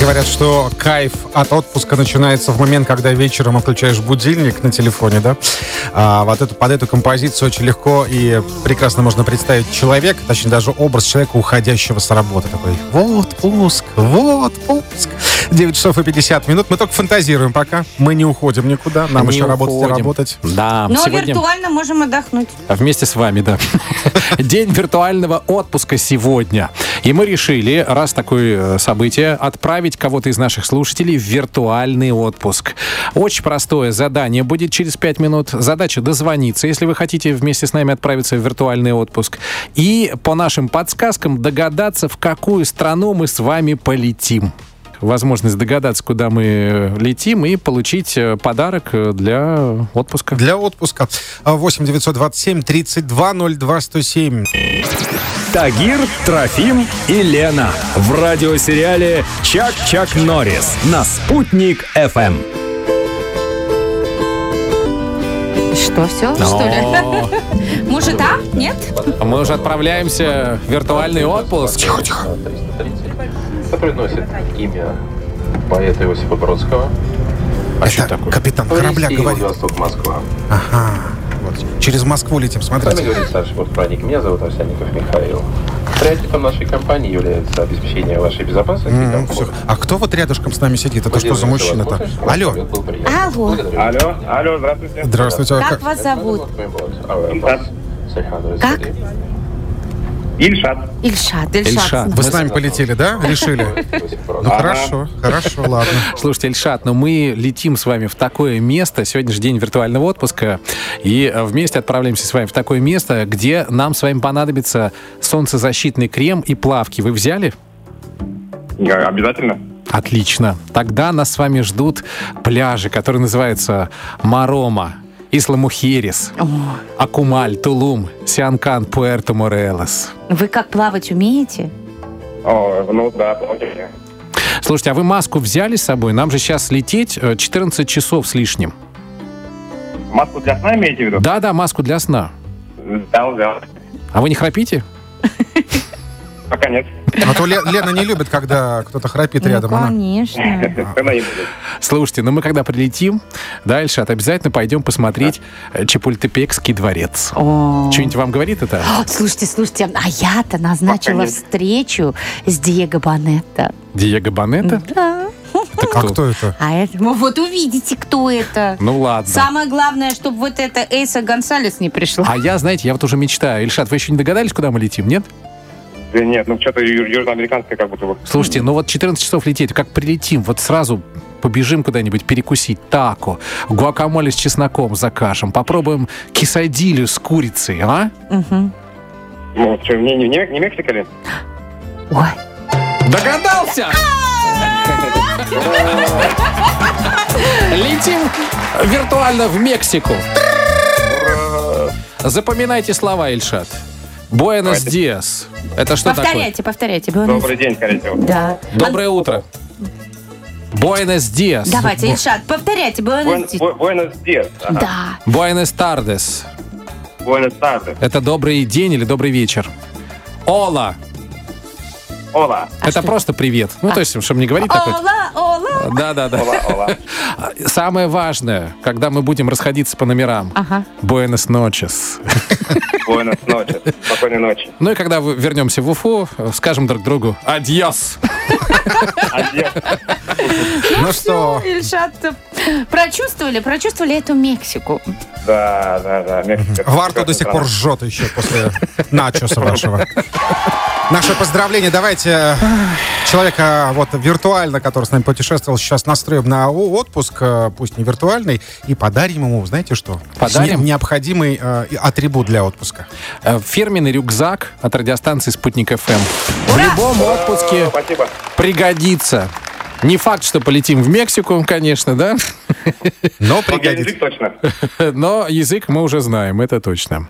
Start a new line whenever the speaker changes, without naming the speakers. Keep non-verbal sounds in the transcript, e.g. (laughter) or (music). Говорят, что кайф от отпуска начинается в момент, когда вечером включаешь будильник на телефоне, да? А вот эту, под эту композицию очень легко и прекрасно можно представить человек, точнее даже образ человека, уходящего с работы. Такой, вот пуск, вот пуск. 9 часов и 50 минут. Мы только фантазируем пока. Мы не уходим никуда. Нам
Не
еще работать и
уходим.
работать.
Да,
Но
А сегодня
Ну, а виртуально можем отдохнуть.
А вместе с вами, да. (laughs) День виртуального отпуска сегодня. И мы решили, раз такое э, событие, отправить кого-то из наших слушателей в виртуальный отпуск. Очень простое задание будет через 5 минут. Задача дозвониться, если вы хотите вместе с нами отправиться в виртуальный отпуск. И по нашим подсказкам догадаться, в какую страну мы с вами полетим. Возможность догадаться, куда мы э, летим, и получить э, подарок э, для отпуска.
Для отпуска а, 8 927 32 02 107.
Тагир, Трофим и Лена в радиосериале «Чак-Чак Норрис» на «Спутник Эм». ФМ».
Что, все, что ли?
О,
Может, а? Нет?
а Мы уже отправляемся в виртуальный отпуск.
который носит имя поэта Иосифа Бродского.
А что
Это
такое?
капитан корабля
Россия,
говорит.
Владивосток, Москва.
Ага. Вот. Через Москву летим,
С вами
смотрите.
говорит старший бортпроводник. Меня зовут Овсянников Михаил. Приоритетом нашей компании является обеспечение вашей безопасности. и
М,
комфорта.
всё. А кто вот рядышком с нами сидит? Это
Мы
что за
делаем
мужчина-то?
возможность, чтобы
Алло.
полет был приятен.
Алло.
Благодарю.
Алло, алло, здравствуйте.
Здравствуйте. а
Как
как-
вас зовут?
Ильшат.
Как?
Ильшат.
Ильшат. Ильшат.
Ильшат.
Вы с нами полетели, да? Решили? Ну
Ага.
хорошо, хорошо, ладно.
Слушайте, Эльшат, но мы летим с вами в такое место. Сегодня же день виртуального отпуска. И э, вместе отправляемся с вами в такое место, где нам с вами понадобится солнцезащитный крем и плавки. Вы взяли?
Э, Обязательно?
Отлично. Тогда нас с вами ждут пляжи, которые называются Марома, Исламухерис, Акумаль, Тулум, Сианкан, Пуэрто Морелос.
Вы как плавать умеете?
О, ну да, помните.
Слушайте, а вы маску взяли с собой? Нам же сейчас лететь э, 14 часов с лишним.
Маску для сна имеете в виду?
Да-да, маску для сна.
Взял, взял.
А вы не храпите?
Пока нет.
А то Ле- Лена не любит, когда кто-то храпит
Ну,
рядом. Она-
конечно.
Она не будет.
Слушайте, ну мы когда прилетим дальше, от обязательно пойдем посмотреть э, Чапультепекский дворец.
О.
Что-нибудь вам говорит это?
Слушайте, слушайте, а я-то назначила
Пока нет.
встречу с Диего Банетто.
Диего Банетта?
Да.
Это
А кто это?
А это... Ну, вот увидите, кто это.
Ну ладно.
Самое главное, чтобы вот эта Эйса Гонсалес не пришла.
А я, знаете, я вот уже мечтаю. Ильшат, вы еще не догадались, куда мы летим, нет?
Да нет, ну что-то ю- южноамериканское как будто бы.
Слушайте, ну вот 14 часов лететь, как прилетим, вот сразу побежим куда-нибудь перекусить тако, гуакамоле с чесноком закажем, попробуем кисадилю с курицей, а?
Мгм.
Ну, что, не, не, не Мексика ли?
Ой.
Догадался! Летим виртуально в Мексику. Запоминайте слова, Ильшат. Буэнос Диас. Это что такое?
повторяйте, повторяйте. Буэнос-
Добрый день, скорее всего.
Да.
Доброе утро. Буэнос Диас.
А, Давайте, Ильшат, повторяйте. Буэнос-
Буэн- Бу- Буэнос-Диас. ага.
Да.
Буэнос Тардес.
Буэнос-Айрес.
Это добрый день или добрый вечер. Ола.
Ола.
Это просто привет. Ну, то есть, чтобы не говорить такое.
Ола, ола.
Да-да-да.
Ола, ола.
Самое важное, когда мы будем расходиться по номерам.
Ага.
Буэнос ночес.
Буэнос-Ночи. Спокойной ночи.
(laughs)
Ну и когда вы- вернемся в Уфу, э, скажем друг другу «Адьос!»
Адьос.
Ну что,
Ильшат, прочувствовали, прочувствовали эту Мексику.
Да, да, да. Мексика.
Варто до сих пор жжет еще после начоса вашего. Наше поздравление. Давайте э, человека вот виртуально, который с нами путешествовал, сейчас настроим на о- отпуск, э, пусть не виртуальный, и подарим ему, знаете что?
Подарим?
Не- Необходимый э, и атрибут для отпуска.
Э, Фирменный рюкзак от радиостанции «Спутник ФМ». В любом отпуске
Ну, Спасибо.
пригодится. Не факт, что полетим в Мексику, конечно, да?
Но
Я
пригодится.
язык точно.
(laughs) Но язык мы уже знаем, это точно.